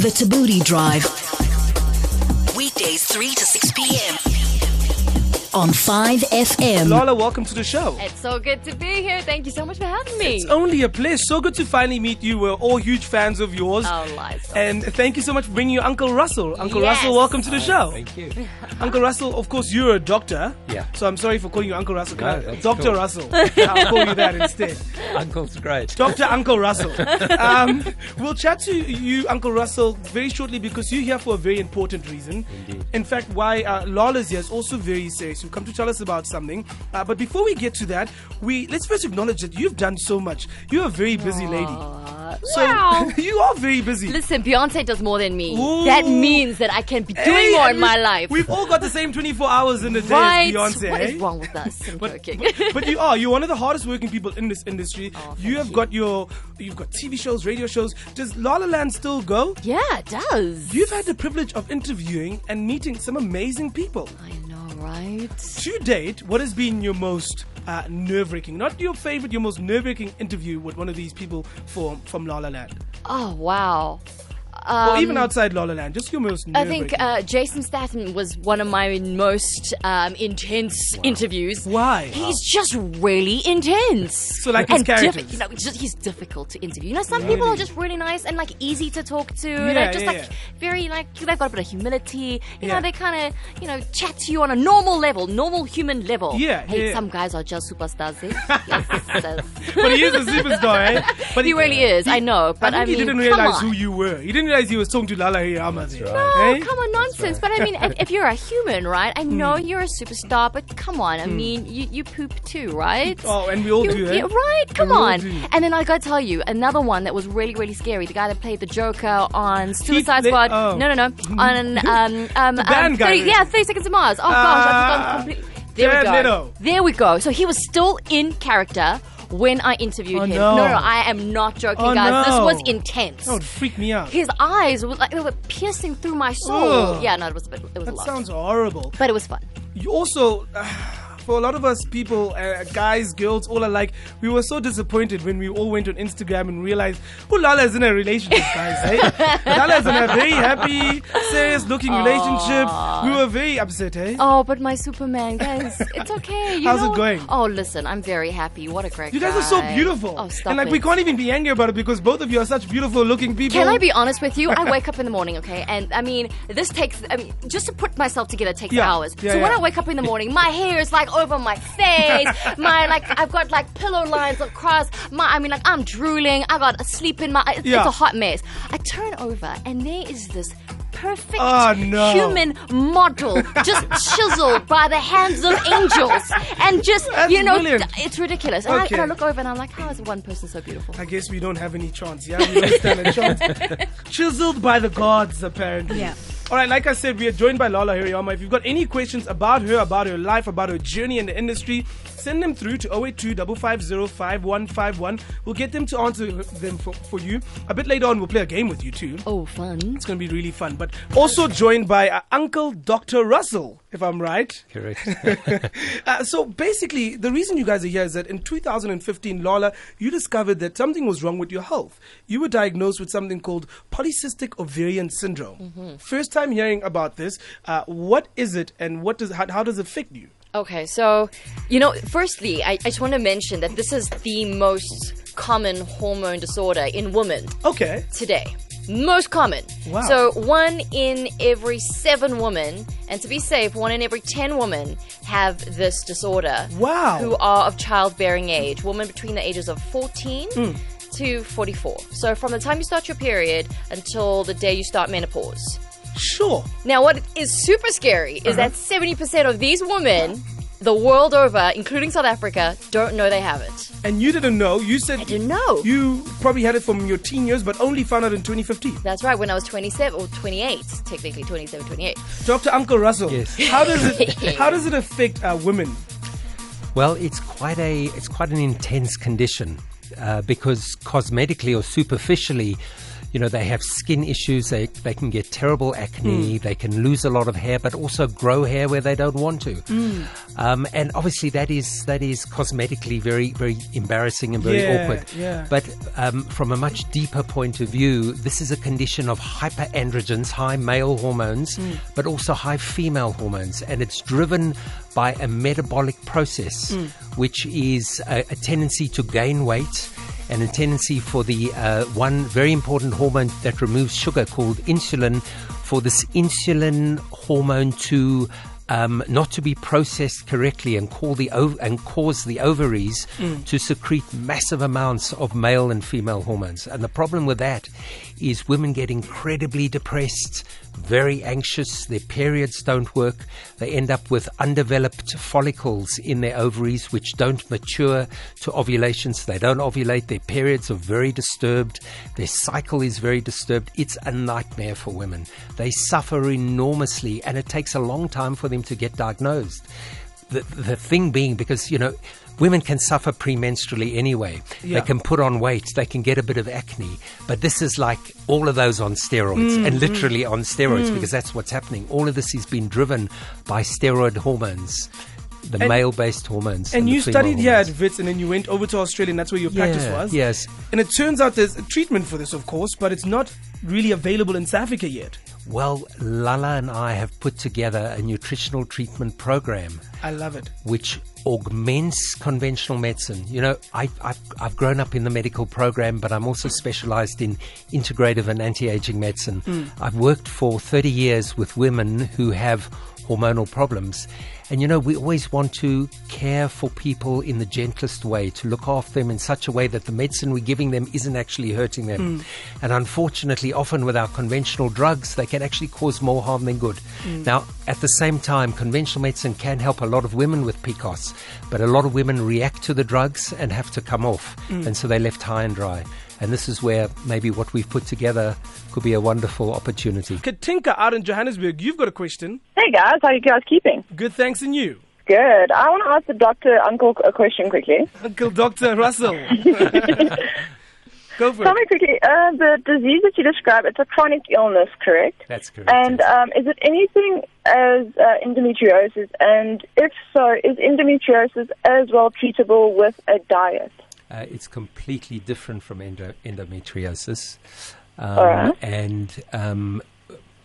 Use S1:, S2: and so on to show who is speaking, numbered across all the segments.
S1: The Tabooty Drive. Weekdays 3 to 6 p.m. On
S2: Oh,
S1: 5FM.
S3: Lala, welcome to the show.
S4: It's so good to be here. Thank you so much for having me.
S3: It's only a pleasure. So good to finally meet you. We're all huge fans of yours.
S4: oh, lies.
S3: And thank you so much for bringing your Uncle Russell. Uncle
S4: Yes.
S3: Russell, welcome to the show.
S5: Thank you.
S3: Uncle Russell, of course, you're a doctor.
S5: Yeah.
S3: So I'm sorry for calling you Uncle Russell. Can
S5: No,
S3: I-
S5: that's
S3: Dr.
S5: cool.
S3: Russell. I'll call you that instead.
S5: Uncle's great.
S3: Dr. Uncle Russell. Um, we'll chat to you, Uncle Russell, very shortly because you're here for a very important reason.
S5: Indeed.
S3: In fact, why uh, Lala's here is also very serious. You've come to tell us about something. Uh, but before we get to that, we let's first acknowledge that you've done so much. You're a very busy lady. So
S4: wow.
S3: you are very busy.
S4: Listen, Beyonce does more than me.
S3: Ooh.
S4: That means that I can be doing
S3: Hey,
S4: more
S3: and
S4: in
S3: we-
S4: my life.
S3: We've all got the same 24 hours in a day as
S4: right?
S3: Beyonce.
S4: What
S3: eh?
S4: is wrong with us? I'm
S3: But,
S4: joking.
S3: but- but you are you're one of the hardest working people in this industry.
S4: Oh,
S3: you
S4: thank
S3: have
S4: you.
S3: got your you've got TV shows, radio shows. Does La La Land still go?
S4: yeah, it does.
S3: You've had the privilege of interviewing and meeting some amazing people.
S4: I know, right?
S3: To date, what has been your most uh, nerve-wracking? Not your favorite, your most nerve-wracking interview with one of these people from from La La Land,
S4: Oh, wow.
S3: or
S4: Um,
S3: even outside La La Land. Just your most.
S4: I
S3: Nerve-wracking.
S4: think uh, Jason Statham was one of my most um, intense interviews.
S3: Why?
S4: He's just really intense. So
S3: like his
S4: and
S3: characters.
S4: you know, just, he's difficult to interview. You know, some people are just really nice and like easy to talk to. and
S3: Yeah,
S4: they're just
S3: yeah,
S4: like very like they've got a bit of humility. You
S3: Yeah.
S4: know, they kind of you know chat to you on a normal level, normal human level.
S3: Yeah,
S4: Hey,
S3: yeah.
S4: some guys are just superstars. Eh? yes,
S3: but he is a superstar, eh? But
S4: he really is. I know,
S3: I
S4: but
S3: think
S4: I,
S3: he
S4: mean,
S3: didn't
S4: come
S3: realize
S4: on.
S3: who you were. He didn't realize he was talking to Lala Hirama. That's
S4: Oh, come on, nonsense. But I mean, if, if you're a human, right?
S3: Hmm.
S4: I know you're a superstar, but come on. I mean, you, you poop too, right?
S3: Oh, and we all
S4: You-
S3: do, eh?
S4: yeah, right? Come
S3: we all
S4: on.
S3: do.
S4: And then I gotta tell you, another one that was really, really scary. The guy that played the Joker on Suicide
S3: Heath Led-
S4: Squad.
S3: oh.
S4: No, no, no. On um um, um
S3: band guy,
S4: 30
S3: really.
S4: yeah, Thirty Seconds to Mars. Oh gosh,
S3: Ah,
S4: I've gone completely. There we
S3: Jared
S4: go.
S3: Leto.
S4: There we go. So he was still in character. When I interviewed
S3: Oh,
S4: him,
S3: no.
S4: no, no, I am not joking,
S3: Oh,
S4: guys.
S3: no. Oh,
S4: This was intense
S3: That would freak me out.
S4: his eyes were like they were piercing through my soul.
S3: Ugh.
S4: Yeah, no, it was a bit, it was a
S3: That
S4: lot,
S3: sounds horrible.
S4: but it was fun.
S3: You also, uh, for a lot of us people, uh, guys, girls, all alike, we were so disappointed when we all went on Instagram and realized, oh, Lala's in a relationship, guys. eh? Lala's in a very happy, serious looking relationship. We were very upset, eh?
S4: Oh, but my Superman, guys, it's okay. You
S3: How's it
S4: know-
S3: going?
S4: Oh, listen, I'm very happy. What a great.
S3: You guys are so
S4: guy.
S3: beautiful.
S4: Oh, stop
S3: and like
S4: it.
S3: we can't even be angry about it because both of you are such beautiful looking people.
S4: Can I be honest with you? I wake up in the morning, okay, and I mean, this takes. I mean, just to put myself together takes
S3: Yeah.
S4: hours.
S3: Yeah,
S4: so when
S3: yeah.
S4: I wake up in the morning, my hair is like over my face. my like, I've got like pillow lines across. My, I mean, like I'm drooling. I got sleep in my. It's,
S3: Yeah.
S4: it's a hot mess. I turn over, and there is this. Perfect
S3: Oh, no.
S4: human model, just chiseled by the hands of angels, and just
S3: That's
S4: you know,
S3: brilliant.
S4: it's ridiculous. And, I, and
S3: Okay.
S4: I look over and I'm like, how is one person so beautiful?
S3: I guess we don't have any chance. Yeah, we don't stand a chance. Chiseled by the gods, apparently.
S4: Yeah.
S3: All right, like I said, we are joined by Lala Hiriyama. If you've got any questions about her, about her life, about her journey in the industry, send them through to 082 5151 We'll get them to answer them for, for you. A bit later on, we'll play a game with you too.
S4: Oh, fun.
S3: It's going to be really fun. But also joined by uh, Uncle Dr. Russell, if I'm right.
S5: Correct.
S3: Uh, so basically, the reason you guys are here is that in 2015, Lala, you discovered that something was wrong with your health. You were diagnosed with something called polycystic ovarian syndrome.
S4: Mm-hmm.
S3: First time hearing about this. Uh, what is it, and what does how, how does it affect you?
S4: Okay, so, you know, firstly, I, I just want to mention that this is the most common hormone disorder in women
S3: Okay.
S4: today. Most common.
S3: Wow.
S4: So, one in every seven women, and to be safe, one in every ten women have this disorder.
S3: Wow.
S4: Who are of childbearing age, women between the ages of 14
S3: Hmm.
S4: to 44. So, from the time you start your period until the day you start menopause.
S3: Sure.
S4: Now, what is super scary
S6: Uh-huh.
S4: is that 70% of these women, the world over, including South Africa, don't know they have it.
S3: And you didn't know. You said I
S4: didn't know.
S3: You probably had it from your teen years, but only found out in 2015.
S4: That's right, when I was 27 or 28, technically 27, 28.
S3: Dr. Uncle Russell.
S5: Yes.
S3: How does it how does it affect uh, women?
S5: well, it's quite a it's quite an intense condition uh, because cosmetically or superficially, you know, they have skin issues. They, they can get terrible acne. They can lose a lot of hair, but also grow hair where they don't want to. Um, and obviously that is, that is cosmetically very, very embarrassing and very
S3: Yeah,
S5: awkward.
S3: yeah.
S5: But um, from a much deeper point of view, this is a condition of hyperandrogens, high male hormones, but also high female hormones. And it's driven by a metabolic process, which is a, a tendency to gain weight and a tendency for the uh, one very important hormone that removes sugar called insulin, for this insulin hormone to um, not to be processed correctly and call the ov- and cause the ovaries to secrete massive amounts of male and female hormones. And the problem with that is women get incredibly depressed, very anxious. Their periods don't work. They end up with undeveloped follicles in their ovaries, which don't mature to ovulation. So they don't ovulate. Their periods are very disturbed. Their cycle is very disturbed. It's a nightmare for women. They suffer enormously, and it takes a long time for them to get diagnosed. The, the thing being, because, you know, women can suffer premenstrually anyway.
S3: Yeah.
S5: They can put on weight, they can get a bit of acne, but this is like all of those on steroids
S3: Mm.
S5: and literally on steroids because that's what's happening. All of this is being driven by steroid hormones, the male based hormones.
S3: And
S5: the
S3: you
S5: female
S3: studied here at
S5: hormones.
S3: Vits and then you went over to Australia and that's where your practice
S5: Yeah,
S3: was.
S5: yes.
S3: And it turns out there's a treatment for this, of course, but it's not really available in South Africa yet.
S5: Well, Lala and I have put together a nutritional treatment program
S3: I love it.
S5: which augments conventional medicine. You know, I, I, I've grown up in the medical program, but I'm also specialized in integrative and anti aging medicine. I've worked for 30 years with women who have hormonal problems. And you know, we always want to care for people in the gentlest way, to look after them in such a way that the medicine we're giving them isn't actually hurting them. And unfortunately, often with our conventional drugs, they can actually cause more harm than good. Now, at the same time, conventional medicine can help a lot of women with PCOS, but a lot of women react to the drugs and have to come off. And so they're left high and dry. And this is where maybe what we've put together could be a wonderful opportunity.
S3: Katinka out in Johannesburg, you've got a question.
S7: Hey guys, how you guys keeping?
S3: Good thanks and you.
S7: Good. I want to ask the doctor uncle a question quickly.
S3: Uncle Dr. Russell. Go for
S7: Tell
S3: it.
S7: me quickly, uh, the disease that you describe, it's a chronic illness, correct?
S5: That's correct,
S7: And
S5: yes.
S7: um, is it anything as uh, endometriosis? And if so, is endometriosis as well treatable with a diet?
S5: Uh, it's completely different from endo- endometriosis. Um,
S7: Alright.
S5: And um,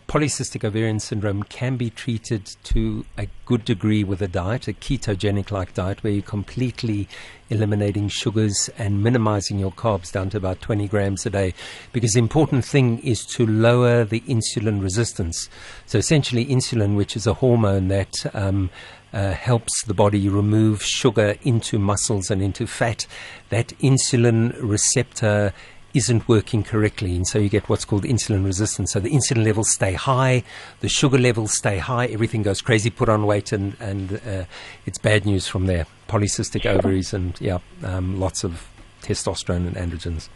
S5: polycystic ovarian syndrome can be treated to a good degree with a diet, a ketogenic like diet, where you're completely eliminating sugars and minimizing your carbs down to about 20 grams a day. Because the important thing is to lower the insulin resistance. So essentially, insulin, which is a hormone that um, uh, helps the body remove sugar into muscles and into fat, that insulin receptor isn't working correctly. And so you get what's called insulin resistance. So the insulin levels stay high, the sugar levels stay high, everything goes crazy, put on weight, and, and uh, it's bad news from there. Polycystic ovaries and, yeah, um, lots of testosterone and androgens.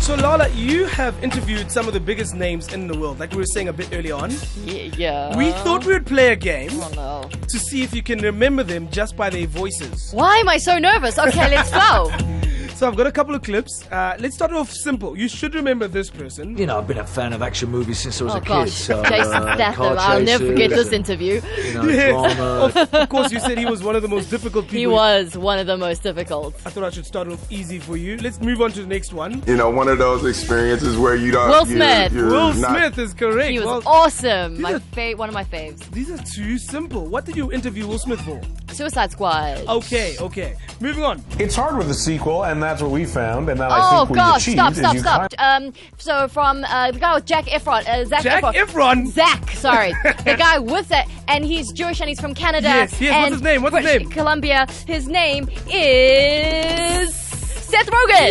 S3: So Lala, you have interviewed some of the biggest names in the world, like we were saying a bit earlier on.
S4: Y- yeah.
S3: We thought we would play a game
S4: Oh, no.
S3: to see if you can remember them just by their voices.
S4: Why am I so nervous? Okay, let's go. Oh,
S3: So I've got a couple of clips. Uh, let's start off simple. You should remember this person.
S6: You know, I've been a fan of action movies since I was
S4: Oh
S6: a kid.
S4: gosh,
S6: so,
S4: Jason
S6: uh,
S4: Statham.
S6: car
S4: I'll never
S6: chases
S4: forget this
S6: and,
S4: interview.
S6: You know,
S3: Yes.
S6: drama.
S3: Of, of course, you said he was one of the most difficult people.
S4: He was one of the most difficult.
S3: I thought I should start off easy for you. Let's move on to the next one.
S8: you know, one of those experiences where you don't.
S4: Will
S8: you're-
S4: Smith.
S8: you're
S3: Will
S8: not-
S3: Smith is correct.
S4: He was
S3: Well,
S4: awesome. My
S3: are-
S4: fa- one of my faves.
S3: these are too simple. What did you interview Will Smith for?
S4: Suicide
S6: Oh,
S4: Squad.
S3: Okay, okay. Moving on.
S9: It's hard with the sequel, and that's what we found, and that I
S4: Oh
S9: think we
S4: gosh!
S9: achieved.
S4: Stop!
S9: is
S4: Stop!
S9: you
S4: Stop! Um, so from uh, the guy with Jack Efron, uh, Zach
S3: Jack
S4: Efron,
S3: Efron.
S4: Zach, sorry, the guy with it, and he's Jewish and he's from Canada.
S3: Yes, yes, what's
S4: and
S3: his name? What's his
S4: British
S3: name?
S4: Columbia. His name is Seth Rogen.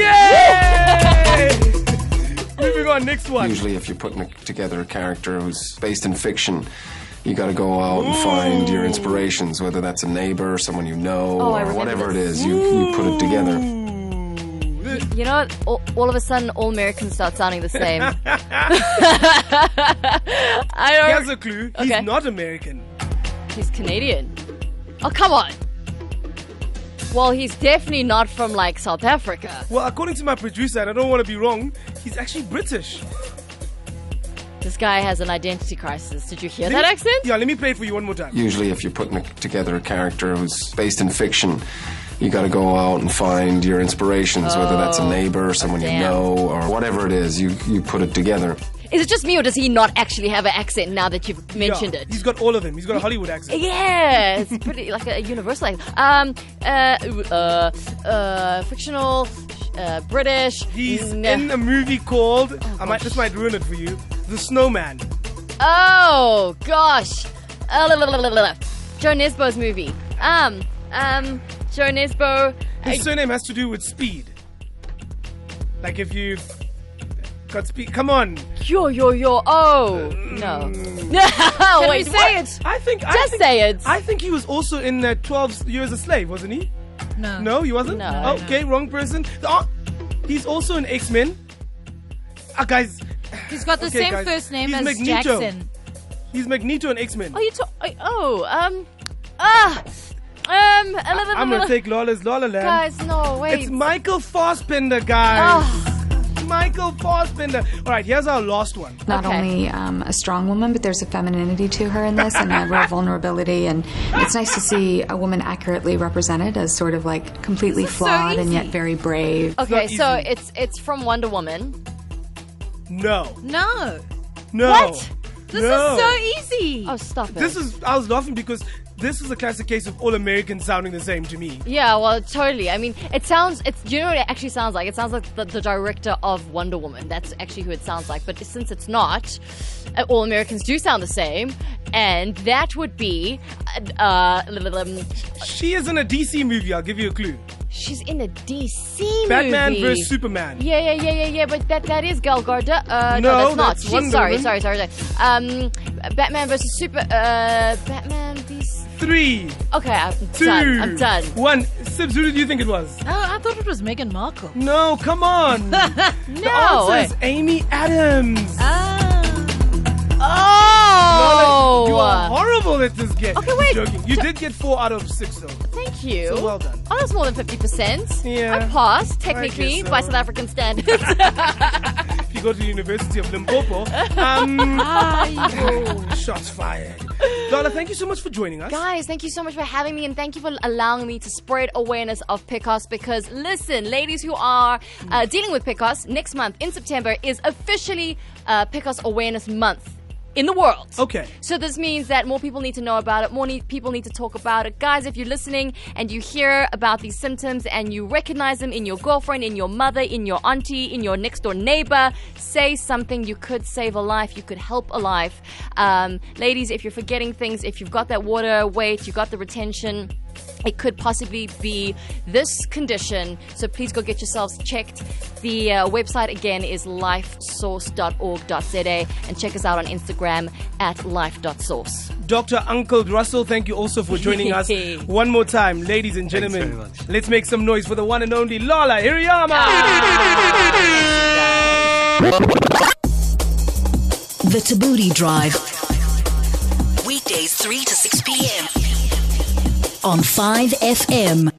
S3: Yay! Moving on, next one.
S10: Usually, if you're putting a- together a character who's based in fiction, you got to go out and find your inspirations, whether that's a neighbor, someone you know,
S4: Oh, I
S10: or
S4: remember
S10: whatever it
S4: this.
S10: is. You, you put it together.
S4: You know, what? all, all of a sudden, all Americans start sounding the same. I don't.
S3: Here's a clue. He's
S4: Okay.
S3: not American.
S4: He's Canadian. Oh, come on. Well, he's definitely not from like South Africa.
S3: Well, according to my producer, and I don't want to be wrong, He's actually British.
S4: This guy has an identity crisis. Did you hear that accent?
S3: Yeah, let me play it for you one more time.
S10: Usually, if you're putting a- together a character who's based in fiction, you got to go out and find your inspirations, whether that's a neighbor, or someone you
S4: Oh, damn.
S10: know, or whatever it is. You you put it together.
S4: Is it just me, or does he not actually have an accent now that you've
S3: Yeah,
S4: mentioned it?
S3: He's got all of them. He's got a Hollywood accent.
S4: Yeah, it's pretty like a universal accent. Um, uh, uh, uh, fictional, uh, British.
S3: He's
S4: no.
S3: in a movie called I might this might ruin it for you. The Snowman.
S4: Oh gosh, uh, la, la, la, la, la, la. Joe Nesbo's movie. Um, um, Joe Nesbo.
S3: His surname has to do with speed. Like if you've got speed come on.
S4: Yo, yo, yo. Oh no.
S3: Mm.
S4: No. Wait,
S2: say
S4: what?
S2: it?
S3: I think I
S4: Just
S3: think,
S4: say it.
S3: I think he was also in uh, 12 Years a Slave, wasn't he?
S2: No.
S3: No, he wasn't?
S4: No. No,
S3: Okay, wrong person. Oh, he's also in X-Men. Ah, guys,
S2: He's got the
S3: Okay,
S2: same
S3: guys.
S2: first name
S3: He's
S2: as
S3: Magneto.
S2: Jackson.
S3: he's Magneto in X-Men.
S4: Oh, you talk. Oh, um, ah, um. la, la, la,
S3: I'm gonna
S4: la, la.
S3: take Lawless Lawler Land.
S4: Guys, no wait.
S3: It's Michael Fassbender, guys.
S4: Ah.
S3: Michael Fassbender. All right, here's our last one.
S11: Not
S4: Okay.
S11: only um, a strong woman, but there's a femininity to her in this and a real vulnerability. And it's nice to see a woman accurately represented as sort of like completely
S2: This is so
S11: flawed and
S2: easy.
S11: yet very brave.
S4: Okay,
S3: not
S4: so
S3: easy.
S4: it's it's from Wonder Woman.
S3: No,
S2: No.
S3: no.
S4: What?
S2: This
S3: No.
S2: is so easy.
S4: Oh, stop it.
S3: This is. I was laughing because this is a classic case of all Americans sounding the same to me.
S4: yeah, well, totally. I mean, it sounds. It's you know what it actually sounds like. It sounds like the, the director of Wonder Woman. That's actually who it sounds like. But since it's not, uh, all Americans do sound the same, and that would be. Uh, little, um,
S3: She is in a DC movie. I'll give you a clue.
S4: she's in a DC
S3: Batman
S4: movie.
S3: vs Superman.
S4: Yeah, yeah, yeah, yeah, yeah. But that that is Gal Gadot. Uh,
S3: No,
S4: no, that's not.
S3: that's
S4: She's
S3: Wonder
S4: sorry,
S3: Woman.
S4: sorry, sorry, sorry. Um, Batman versus Super. Uh, Batman vs.
S3: Three,
S4: Okay, I'm
S3: two,
S4: done. I'm done. Uh,
S3: one. Sibs, who did you think it was?
S2: Oh, I thought it was Meghan Markle.
S3: No, come on.
S4: No.
S3: The answer is Amy Adams.
S4: Oh.
S3: You are horrible at this game.
S4: Okay, wait.
S3: I'm joking. You did get four out of six though.
S4: Thank you.
S3: So well done.
S4: Oh, that's more than 50%.
S3: Yeah.
S4: I passed, technically,
S3: so.
S4: by South African standards.
S3: If you go to the University of Limpopo, um, shots fired. Lala, thank you so much for joining us.
S4: Guys, thank you so much for having me and thank you for allowing me to spread awareness of PCOS because listen, ladies who are uh, dealing with PCOS, next month in September is officially uh, PCOS Awareness Month. In the world.
S3: Okay.
S4: So this means that more people need to know about it, more need, people need to talk about it. Guys, if you're listening and you hear about these symptoms and you recognize them in your girlfriend, in your mother, in your auntie, in your next door neighbor, say something. You could save a life, you could help a life. Um, ladies, if you're forgetting things, if you've got that water weight, you got the retention, it could possibly be this condition. So please go get yourselves checked. The uh, website again is lifesource.org.za and check us out on Instagram at life.source.
S3: Dr. Uncle Russell, thank you also for joining us one more time. Ladies and
S5: Thanks
S3: gentlemen,
S5: very much.
S3: let's make some noise for the one and only Lala
S4: Ah.
S3: Hiriyama.
S1: The Tabooty Drive. Weekdays 3 to 6 p.m. on 5FM.